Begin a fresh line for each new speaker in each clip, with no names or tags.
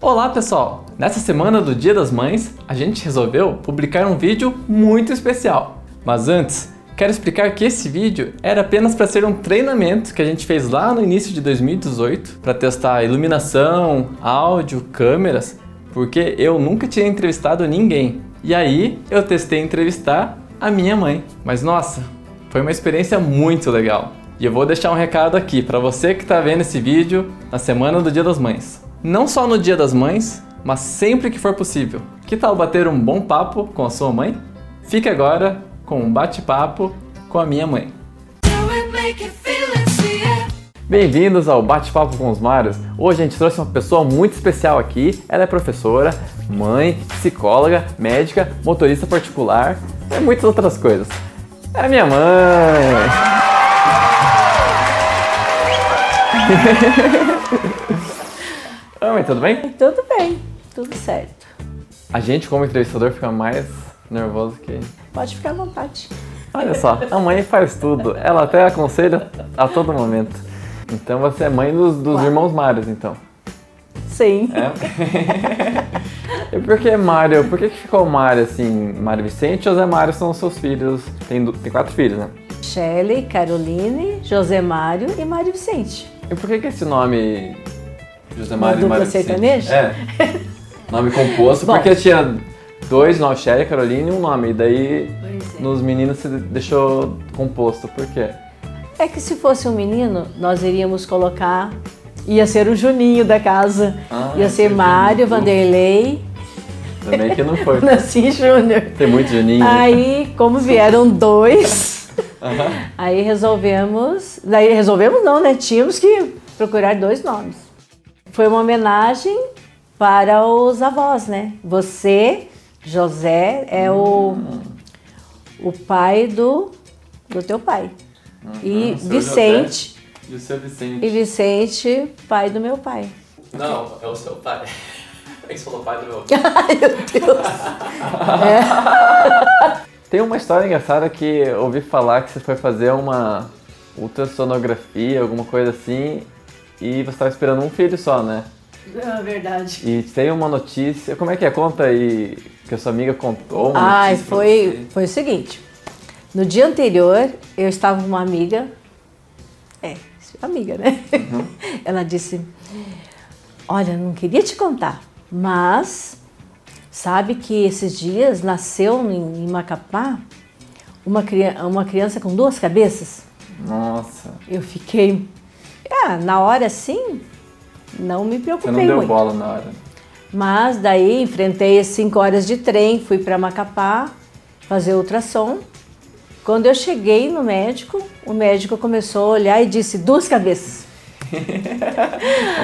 Olá pessoal! Nessa semana do Dia das Mães, a gente resolveu publicar um vídeo muito especial. Mas antes, quero explicar que esse vídeo era apenas para ser um treinamento que a gente fez lá no início de 2018 para testar iluminação, áudio, câmeras, porque eu nunca tinha entrevistado ninguém. E aí eu testei entrevistar a minha mãe. Mas nossa, foi uma experiência muito legal. E eu vou deixar um recado aqui para você que está vendo esse vídeo na semana do Dia das Mães. Não só no Dia das Mães, mas sempre que for possível. Que tal bater um bom papo com a sua mãe? Fique agora com um bate-papo com a minha mãe.
Do it, make it feel it's the end.
Bem-vindos ao Bate-Papo com os Mários. Hoje a gente trouxe uma pessoa muito especial aqui. Ela é professora, mãe, psicóloga, médica, motorista particular e muitas outras coisas. É minha mãe! Oi, mãe, tudo bem?
Tudo bem, tudo certo.
A gente, como entrevistador, fica mais nervoso que.
Pode ficar à vontade.
Olha só, a mãe faz tudo. Ela até aconselha a todo momento. Então você é mãe dos, dos irmãos Marios, então.
Sim.
É. e por que Mário? Por que, que ficou Mário assim? Mário Vicente e José Mário são seus filhos. Tem, du- tem quatro filhos, né?
Shelley, Caroline, José Mário e Mário Vicente.
E por que, que esse nome José
Uma
Mário e
dupla
Mário Vicente?
sertaneja?
É. Nome composto,
Bom.
porque tinha dois nomes, Sherry, Caroline e um nome. E daí
Pois é.
nos meninos se deixou composto. Por quê?
É que se fosse um menino, nós iríamos colocar. Ia ser o Juninho da casa.
Ah,
ia ser
entendi.
Mário, Vanderlei,
Também que não foi.
Nancy Júnior.
Tem muito Juninho.
Aí, como vieram dois, aí resolvemos. Daí resolvemos não, né? Tínhamos que procurar dois nomes. Foi uma homenagem para os avós, né? Você, José, é o, o pai do, do teu pai. E
seu
Vicente.
E o seu Vicente.
E Vicente, pai do meu pai.
Não, é o seu pai. Ele falou pai do meu.
Ai, meu Deus.
Tem uma história engraçada que eu ouvi falar que você foi fazer uma ultrassonografia, alguma coisa assim, e você estava esperando um filho só, né?
É verdade.
E tem uma notícia. Como é que é? Conta aí que a sua amiga contou. Uma
Ai,
notícia pra
foi,
você.
foi o seguinte. No dia anterior, eu estava com uma amiga. É, amiga, né?
Uhum.
Ela disse: Olha, não queria te contar, mas sabe que esses dias nasceu em, em Macapá uma, cria- uma criança com duas cabeças?
Nossa,
Eu fiquei. Ah, na hora sim, não me
você
preocupei
não deu
muito.
bola na hora.
Mas daí enfrentei as 5 horas de trem, fui para Macapá fazer ultrassom. Quando eu cheguei no médico, o médico começou a olhar e disse duas cabeças.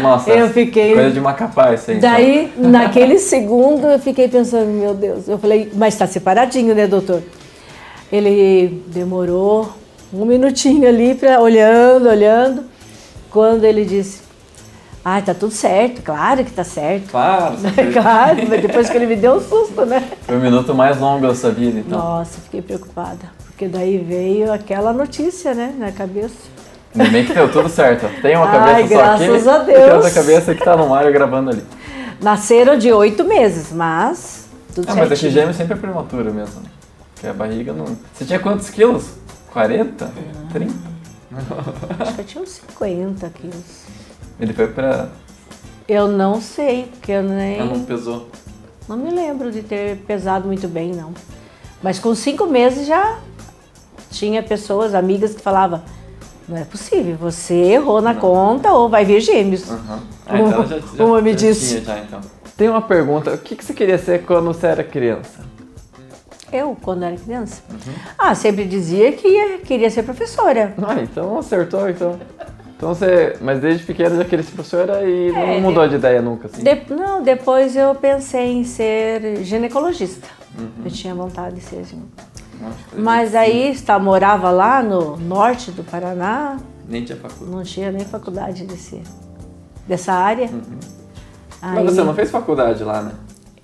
Nossa,
Eu fiquei-
coisa de Macapá isso aí. então.
Daí, naquele segundo, eu fiquei pensando, meu Deus, eu falei, mas está separadinho, né, doutor? Ele demorou um minutinho ali para olhando, olhando, quando ele disse, ah, tá tudo certo, claro que tá certo.
Claro, você foi,
claro, mas depois que ele me deu um susto, né?
foi o minuto mais longo da sua vida, então.
Nossa, fiquei preocupada. Porque daí veio aquela notícia, né, na cabeça.
Ainda bem que deu tudo certo. Tem uma cabeça só
Ai,
aqui.
graças a
E tem
Deus.
outra cabeça que tá no Mario gravando ali.
Nasceram de oito meses, mas tudo
Ah,
certo.
mas é que gêmeo sempre é prematura mesmo. né? Porque a barriga não. Você tinha quantos quilos? 40? 30?
Acho que eu tinha uns 50 quilos.
Ele foi pra.
Eu não sei, porque eu nem...
Ela não pesou.
Não me lembro de ter pesado muito bem, não. Mas com cinco meses já tinha pessoas, amigas, que falavam não é possível, você errou na conta ou vai vir gêmeos.
Ah, então ela já, já,
Uma me
já
disse.
tinha já, então. Tem uma pergunta: o que, que você queria ser quando você era criança?
Eu, quando era criança,
Uhum.
ah, sempre dizia que ia- queria ser professora.
Ah, então acertou, então. Então você. Mas desde pequena já queria ser professora e
É,
não mudou de ideia nunca, assim.
De- não, depois eu pensei em ser ginecologista.
Uhum.
Eu tinha vontade de ser gine- Mas é- aí está, morava lá no norte do Paraná,
Nem tinha faculdade.
não tinha nem faculdade desse, dessa área. Aí
Uhum. Mas você não fez faculdade lá, né?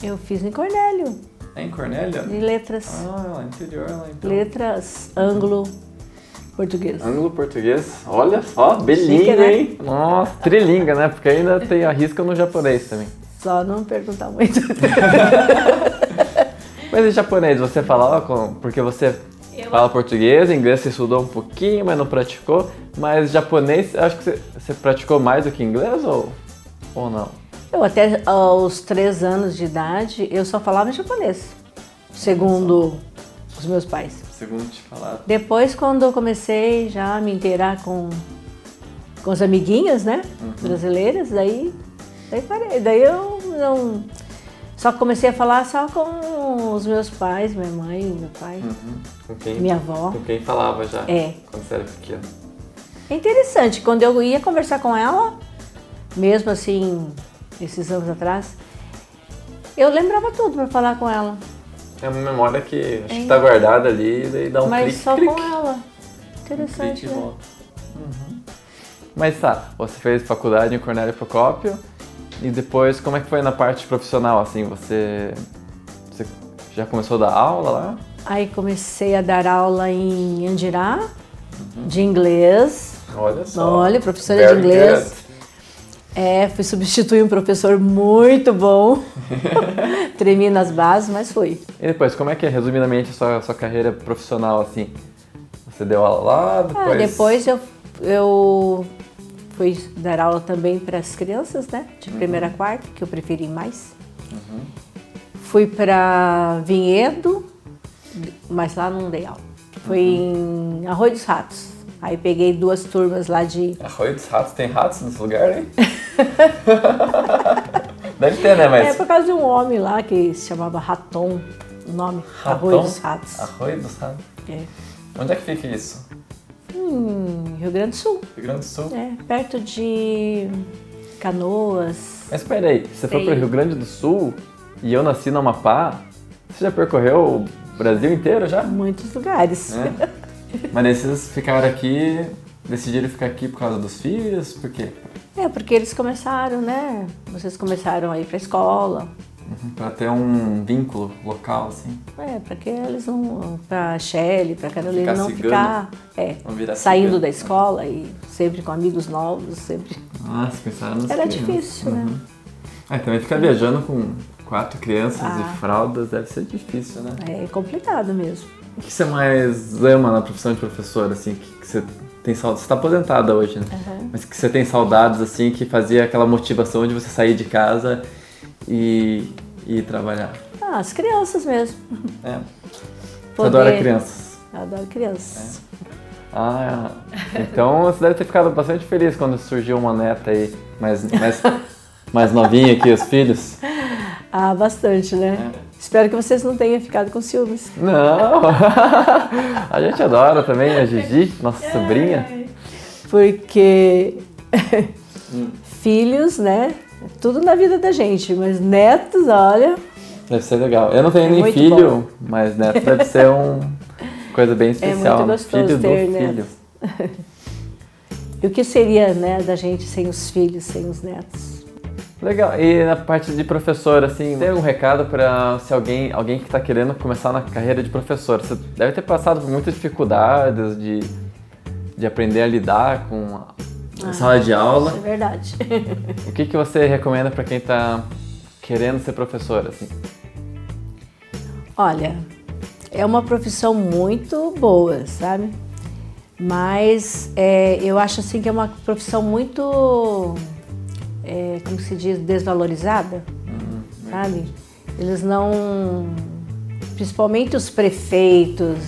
eu fiz em Cornélio,
É em Cornélia?
de letras.
Ah, lá interior lá então. Ah.
Letras anglo-português.
Ângulo português, olha só, bilingue,
Chique, né?
hein? Nossa, trilinga, né? Porque ainda tem a risca no japonês também.
Só não perguntar muito.
Mas em japonês, você falava com. Porque você
Eu-
fala português, inglês você estudou um pouquinho, mas não praticou. Mas japonês, eu acho que você, você praticou mais do que inglês ou, ou não?
Eu até aos três anos de idade, eu só falava em japonês, segundo os meus pais.
Segundo te falaram.
Depois, quando eu comecei já a me inteirar com, com as amiguinhas, né,
Uhum.
brasileiras, daí, daí parei. Daí eu não... Só comecei a falar só com os meus pais, minha mãe, meu pai,
Uhum. Com quem,
minha avó.
com quem falava já?
É.
Quando você era pequeno.
É interessante, quando eu ia conversar com ela, mesmo assim, esses anos atrás, eu lembrava tudo pra falar com ela,
É uma memória que acho que tá guardada ali e daí dá um
É mas
clique.
só
clique,
com ela.
clique
Interessante,
e
né?
volta. Mas tá, você fez faculdade em Cornélio Procópio e depois como é que foi na parte profissional, assim, você, você já começou a dar aula lá?
Aí comecei a dar aula em Andirá, de inglês.
Olha
Olha, professora de inglês. É, fui substituir um professor muito bom. Tremi nas bases, mas fui.
E depois, como é que é, resumidamente, a sua, a sua carreira profissional, assim? Você deu aula lá, depois...
Ah, depois eu, eu fui dar aula também para as crianças, né? De primeira a quarta, que eu preferi mais. Fui para Vinhedo, mas lá não dei aula. Fui em Arroio dos Ratos. Aí peguei duas turmas lá de.
Arroio dos ratos, tem ratos nesse lugar, hein? Deve ter, né,
É
mas...
por causa de um homem lá que se chamava Raton, o nome. Arroio
Raton? Ah.
dos Ratos.
Arroio dos ratos.
É.
Onde é que fica isso?
Em Rio Grande do Sul,
Rio Grande do Sul?
né? Perto de Canoas.
Mas peraí, você foi
Sei.
pro Rio Grande do Sul e eu nasci no Amapá, você já percorreu o Brasil inteiro já?
Muitos lugares.
É? Mas daí vocês ficaram aqui, decidiram ficar aqui por causa dos filhos, por quê?
É, porque eles começaram, né? Vocês começaram a ir pra escola.
Pra ter um vínculo local, assim.
É, pra que eles não. Pra Shelly, pra Carolina
Ficar
não
cigano.
ficar. É,
Não virar
saindo
cigano.
da escola e sempre com amigos novos, sempre.
Ah, se pensaram nos
Era
filhos.
difícil, né?
É, também ficar viajando com quatro crianças
Ah.
e fraldas deve ser difícil, né?
É complicado mesmo.
O que você mais ama na profissão de professor, assim, que, que você tem saudades? Você tá aposentada hoje, né? Mas que você tem saudades, assim, que fazia aquela motivação de você sair de casa e, e ir trabalhar.
Ah, as crianças mesmo.
É. Você
Poder-
adora crianças.
Eu adoro crianças.
Ah, então você deve ter ficado bastante feliz quando surgiu uma neta aí, mais, mais, mais novinha que os filhos.
Ah, bastante, né? Espero que vocês não tenham ficado com ciúmes.
Não! A gente adora também a Gigi,
É.
nossa sobrinha.
Porque filhos, né? é Tudo na vida da gente, mas netos, olha,
Deve ser legal. Eu não tenho nem
É muito
filho, mas neto deve ser um coisa bem especial.
É muito
né?
gostoso
filho
ter
do
netos.
filho.
E o que seria né, da gente sem os filhos, sem os netos?
Legal. E na parte de professor, assim, tem algum recado pra se alguém, alguém que está querendo começar na carreira de professor? Você deve ter passado por muitas dificuldades de, de aprender a lidar com a
Ah,
a sala de aula.
É verdade.
O que, que você recomenda para quem está querendo ser professor, assim?
Olha, é uma profissão muito boa, sabe? Mas é, eu acho assim que é uma profissão muito, é, como se diz, desvalorizada, sabe? Eles não, principalmente os prefeitos,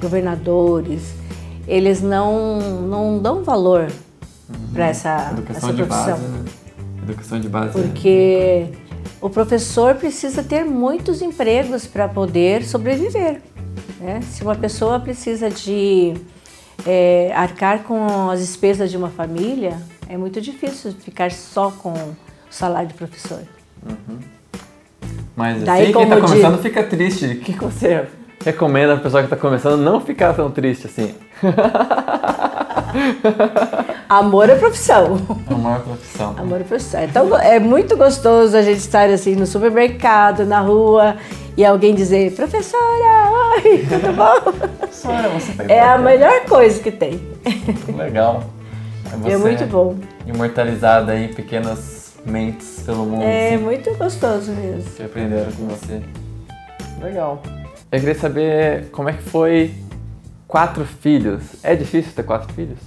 governadores, eles não, não dão valor para essa, Ah, essa profissão.
né? Educação de base. né?
porque o professor precisa ter muitos empregos para poder sobreviver. né? Se uma pessoa precisa de é, arcar com as despesas de uma família, é muito difícil ficar só com o salário de professor.
Mas
Daí,
assim, quem tá
como diz- é?
começando fica triste. O que que você recomenda pra pessoa que tá começando não ficar tão triste assim?
Amor é profissão.
É uma maior profissão.
Amor é profissão. Então, é muito gostoso a gente estar assim no supermercado, na rua, e alguém dizer, professora, oi, tudo bom?
Professora, você tá
É a melhor coisa que tem.
Legal.
É muito bom.
Imortalizada em pequenas mentes pelo mundo.
É
assim,
muito gostoso mesmo.
que aprenderam com você. Legal. Eu queria saber como é que foi quatro filhos. É difícil ter quatro filhos?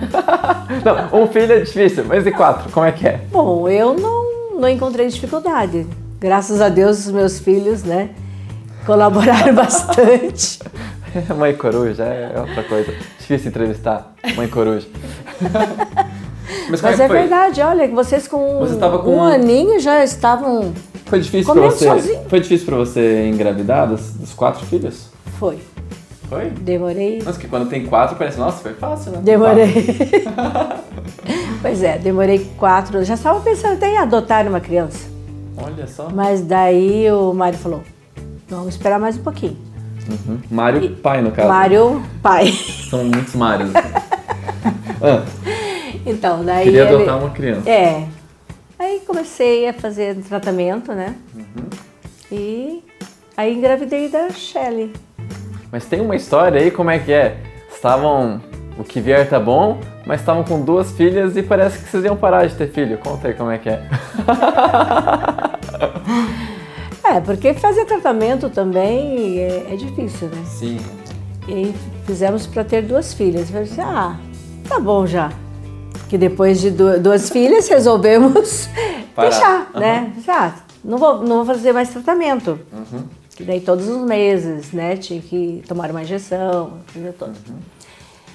Não, um filho é difícil, mas e quatro? Como é que é?
Bom, eu não, não encontrei dificuldade. Graças a Deus, os meus filhos, né? Colaboraram bastante.
Mãe coruja é outra coisa. Difícil entrevistar mãe coruja. Mas como
Mas
é
é
que foi?
verdade, olha, que vocês com,
Você tava com
um
um-
aninho já estavam.
Foi difícil pra
Comendo
você?
sozinho.
Foi difícil para você engravidar dos, dos quatro filhos?
Foi.
Foi?
Demorei.
Nossa, que quando tem quatro parece, nossa, foi fácil, né?
Demorei. pois é, demorei quatro. Já estava pensando até em adotar uma criança.
Quatro. Olha só.
Mas daí o Mário falou: vamos esperar mais um pouquinho.
Uhum. Mário pai, no caso.
Mário, pai.
São muitos Mários. ah,
Então, daí.
queria
ele-
adotar uma criança.
É. Aí comecei a fazer tratamento, né? E aí engravidei da Shelley.
Mas tem uma história aí, como é que é? Estavam... O que vier tá bom, mas estavam com duas filhas e parece que vocês iam parar de ter filho. Conta aí como é que é.
É, porque fazer tratamento também é, é difícil, né?
Sim.
E aí fizemos para ter duas filhas. Eu disse, ah, tá bom já. Que depois de du- duas filhas resolvemos
Parar.
deixar,
Aham.
né? Disse, Ah, não vou, não vou fazer mais tratamento.
Uhum.
Que daí todos os meses, né? Tinha que tomar uma injeção, fazer todo.
Uhum.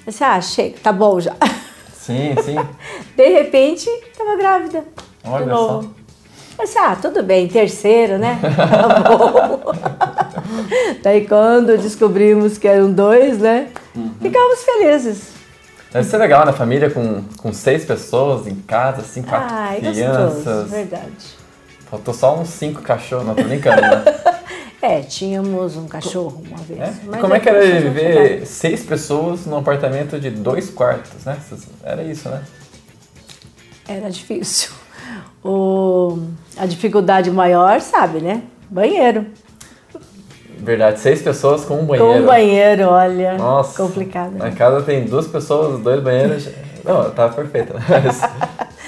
Eu disse, ah, chega, tá bom já.
Sim, sim.
De repente, estava grávida.
Olha
de novo. Eu disse, ah, tudo bem, terceiro, né? Tá bom. Daí quando descobrimos que eram dois, né?
Uhum.
Ficamos felizes.
Deve ser legal na família com, com seis pessoas em casa, assim, quatro
Ai, gostoso,
crianças.
verdade.
Faltou só uns cinco cachorros, não tô brincando, né?
É, tínhamos um cachorro uma vez.
É?
mas um
E Como é que era
depois nós
viver
mudamos.
seis pessoas num apartamento de dois quartos, né? Vocês- Era isso, né?
Era difícil. O... A dificuldade maior, sabe, né? Banheiro.
Verdade, seis pessoas com um banheiro.
Com um banheiro, olha.
Nossa.
Complicado.
Na
né?
casa tem duas pessoas, dois banheiros. Não, tá perfeito. Mas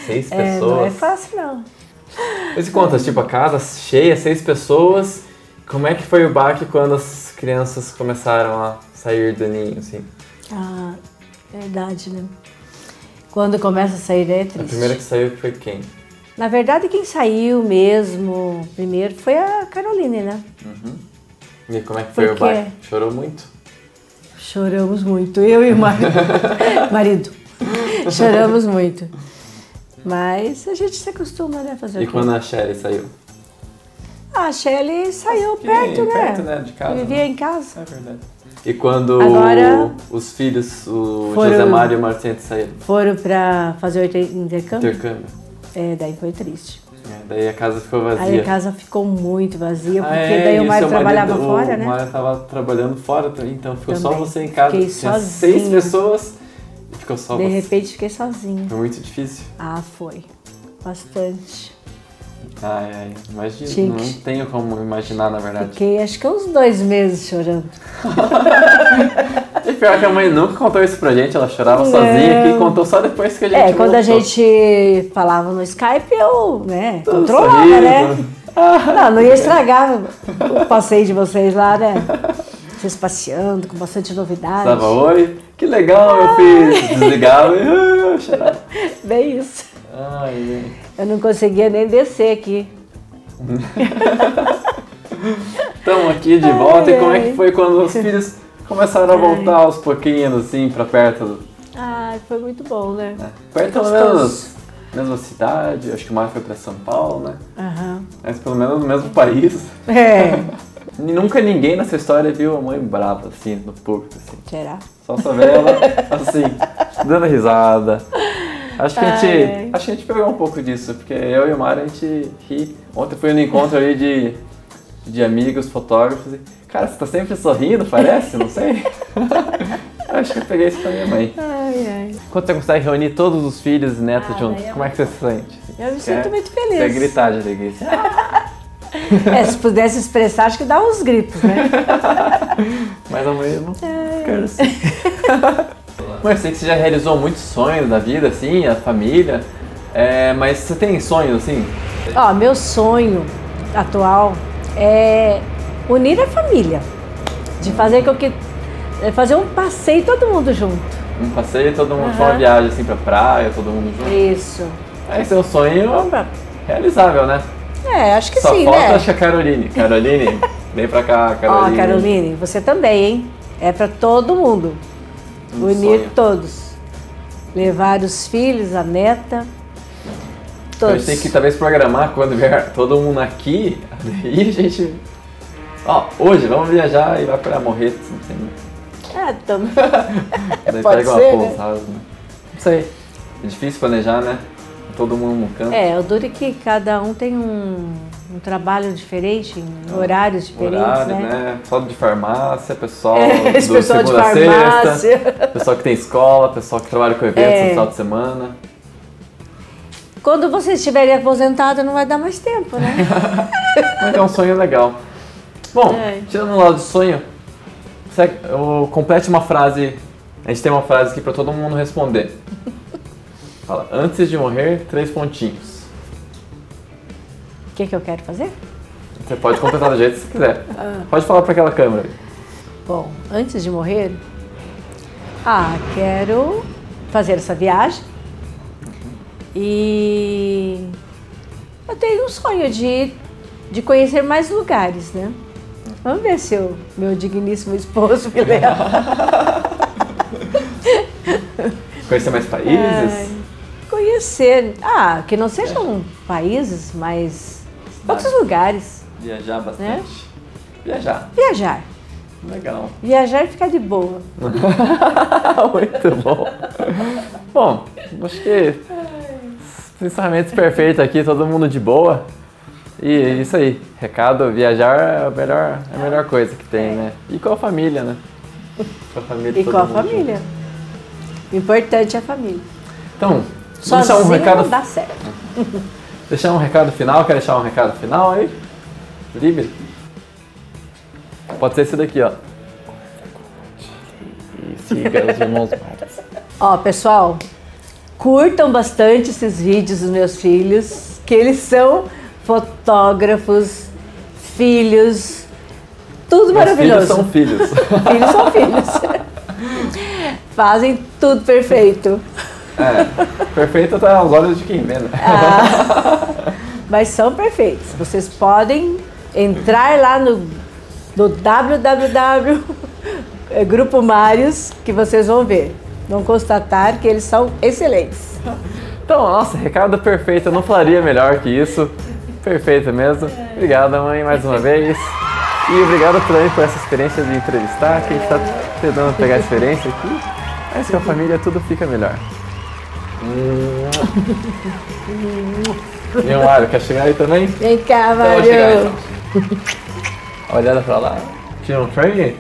seis
É, não é
pessoas.
fácil, não.
Mas e contas, tipo, a casa cheia, seis pessoas. Como é que foi o baque quando as crianças começaram a sair do ninho, assim?
Ah, verdade, né? Quando começa a sair é
A
triste.
primeira que saiu foi quem?
Na verdade, quem saiu mesmo primeiro foi a Caroline, né?
E como é que foi
Por
o
quê?
baque? Chorou muito?
Choramos muito, eu e o marido. marido. Choramos muito. Mas a gente se acostuma, né? Fazer
E
o quê?
quando a Sherry saiu?
Ah, A Shelly saiu perto, né?
perto, né, de casa,
Vivia
né?
em casa.
É verdade. E quando
Agora-
os filhos, o
Foram-
José Mário e o Marcento saíram do
Foram pra fazer o inter- intercâmbio.
intercâmbio,
É, daí foi triste.
é, daí a casa ficou
Aí
vazia.
a casa ficou muito vazia,
Ah,
porque
é,
daí
e
o Mário
seu
trabalhava
marido-
fora, né?
O Mário tava trabalhando fora também, então ficou só
Também.
você em casa.
Fiquei
Tinha
sozinha.
seis pessoas e ficou só
De
você.
repente fiquei sozinha.
Foi É muito difícil.
Ah, foi. Bastante.
Ai, ai, imagina.
Gente.
Não tenho como imaginar, na verdade.
Fiquei acho que uns dois meses chorando.
E pior que a mãe nunca contou isso pra gente, ela chorava
Não.
sozinha aqui e contou só depois que a gente
É, quando a
voltou.
gente falava no Skype, eu, né,
Todo
controlava,
sorriso.
né? Não, não ia estragar o passeio de vocês lá, né? Vocês passeando, com bastante novidade.
Dava oi, que legal, meu filho. Desligava e ah, chorava.
Bem isso.
Ai, gente.
Eu não conseguia nem descer aqui.
Estamos aqui de volta e
Ai,
como é
ai.
que foi quando os filhos começaram a voltar aos pouquinhos, assim, pra perto? do-
Ai, foi muito bom, né?
Perto pelo
Gostoso.
menos, mesma cidade, acho que o Mário foi pra São Paulo, né?
Aham.
Mas pelo menos no mesmo país.
É,
E Nunca ninguém nessa história viu a mãe brava, assim, no público, assim.
será?
Só só vê ela, assim, dando risada. Acho que, a gente,
Ai, ai.
acho que a gente pegou um pouco disso, porque eu e o Mário, a gente ri. Ontem foi um encontro ali de, de amigos, fotógrafos, e, cara, você tá sempre sorrindo, parece, não sei. acho que eu peguei isso pra minha mãe.
Ai, ai.
Quando você consegue reunir todos os filhos e netos
Ah,
juntos,
daí é
como é que você se sente?
Eu me
Você quer-
sinto muito
Você
feliz.
quer gritar de alegria. assim, "Ah!"
É, se pudesse expressar, acho que dá uns gritos, né?
Mas amanhã eu não
É.
quero assim. Mas eu sei que você já realizou muitos sonhos da vida, assim, a família. É, mas você tem sonho, assim?
Ó, meu sonho atual é unir a família. De fazer com que. é Fazer um passeio todo mundo junto.
Um passeio, todo mundo,
Aham.
tipo uma viagem, assim, pra praia, todo mundo junto.
Isso.
É, esse é um sonho
Opa.
realizável, né?
É, acho que
Só
sim,
falta,
né?
acho que a Caroline. Caroline, vem pra cá,
Ó,
Caroline.
Caroline, você também, hein? É pra todo mundo.
Um
Unir
sonho.
todos. Levar os filhos, a neta.
Então A gente
Todos.
tem que talvez programar quando vier todo mundo aqui, aí a gente. Ó, hoje vamos viajar e vai pra Morretes, não sei. né?
É, também.
Daí
Pode
pega
ser,
uma
né?
pousada, né? Não sei. É difícil planejar, né? Todo mundo num canto.
É, o duro é que cada um tem um, um trabalho diferente, em horários diferentes,
Ah, Horário,
né?
né? Só de farmácia, pessoal
É, esse
do
pessoal de
segunda a
farmácia.
sexta, pessoal que tem escola, pessoal que trabalha com eventos
É.
no final de semana.
Quando você estiver aposentado, não vai dar mais tempo, né?
Mas é um sonho legal. Bom,
É.
tirando o lado do sonho, você- eu complete uma frase. A gente tem uma frase aqui pra todo mundo responder. Fala, antes de morrer, três pontinhos.
O que, que eu quero fazer?
Você pode completar do jeito que você quiser.
Ah.
Pode falar pra aquela câmera.
Bom, antes de morrer, ah, quero fazer essa viagem e eu tenho um sonho de, de conhecer mais lugares, né? Vamos ver se o meu digníssimo esposo me leva.
Conhecer mais países?
Conhecer, ah, que não sejam países, mas outros lugares.
Viajar bastante. Viajar,
Viajar,
legal.
viajar e ficar de boa.
Muito bom. Bom, acho que pensamentos perfeitos aqui, todo mundo de boa. E é isso aí, recado, viajar é a melhor, é a melhor coisa que tem, né? E com a família, né? Com a família.
E
todo
com a
mundo
família. O Importante é a família.
junto. Então, vamos deixar um,
Sozinho não
recado,
dá certo.
deixar um recado final, quer deixar um recado final aí? Livre? Pode ser esse daqui, ó. E siga os irmãos Marques.
Ó, pessoal, curtam bastante esses vídeos dos meus filhos, que eles são fotógrafos, filhos,
Meus
tudo
filhos
maravilhoso.
são filhos.
filhos são filhos. Fazem tudo perfeito.
É, perfeito tá aos olhos de quem vê, né?
mas são perfeitos. Vocês podem entrar lá no, no www eh, Grupo Marios que vocês vão ver. Vão constatar que eles são excelentes.
Então, nossa, recado perfeito, eu não falaria melhor que isso. Perfeito mesmo. Obrigada, mãe, mais uma vez. E obrigado também por essa experiência de entrevistar, que a gente tá tentando pegar a experiência aqui. Mas com a família tudo fica melhor. E o Mário, quer chegar aí também?
Vem cá,
Então, eu vou chegar aí,
Mário.
então. Olhada pra lá. Tira um frame?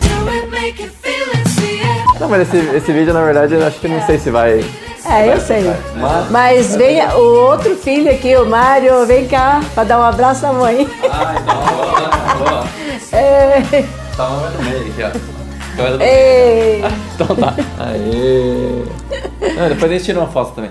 Do it, make it feel it's the end.
Não, mas esse, esse vídeo, na verdade, eu acho que não sei se vai...
É, eu sei.
Mas-
Mas vem o outro filho aqui, o Mário, vem cá para dar um abraço à mãe.
Ai, não, boa, boa.
É,
Tá uma no meio aqui, ó. Câmera do meio.
é.
Então tá. Aê! Não, depois a gente tira uma foto também.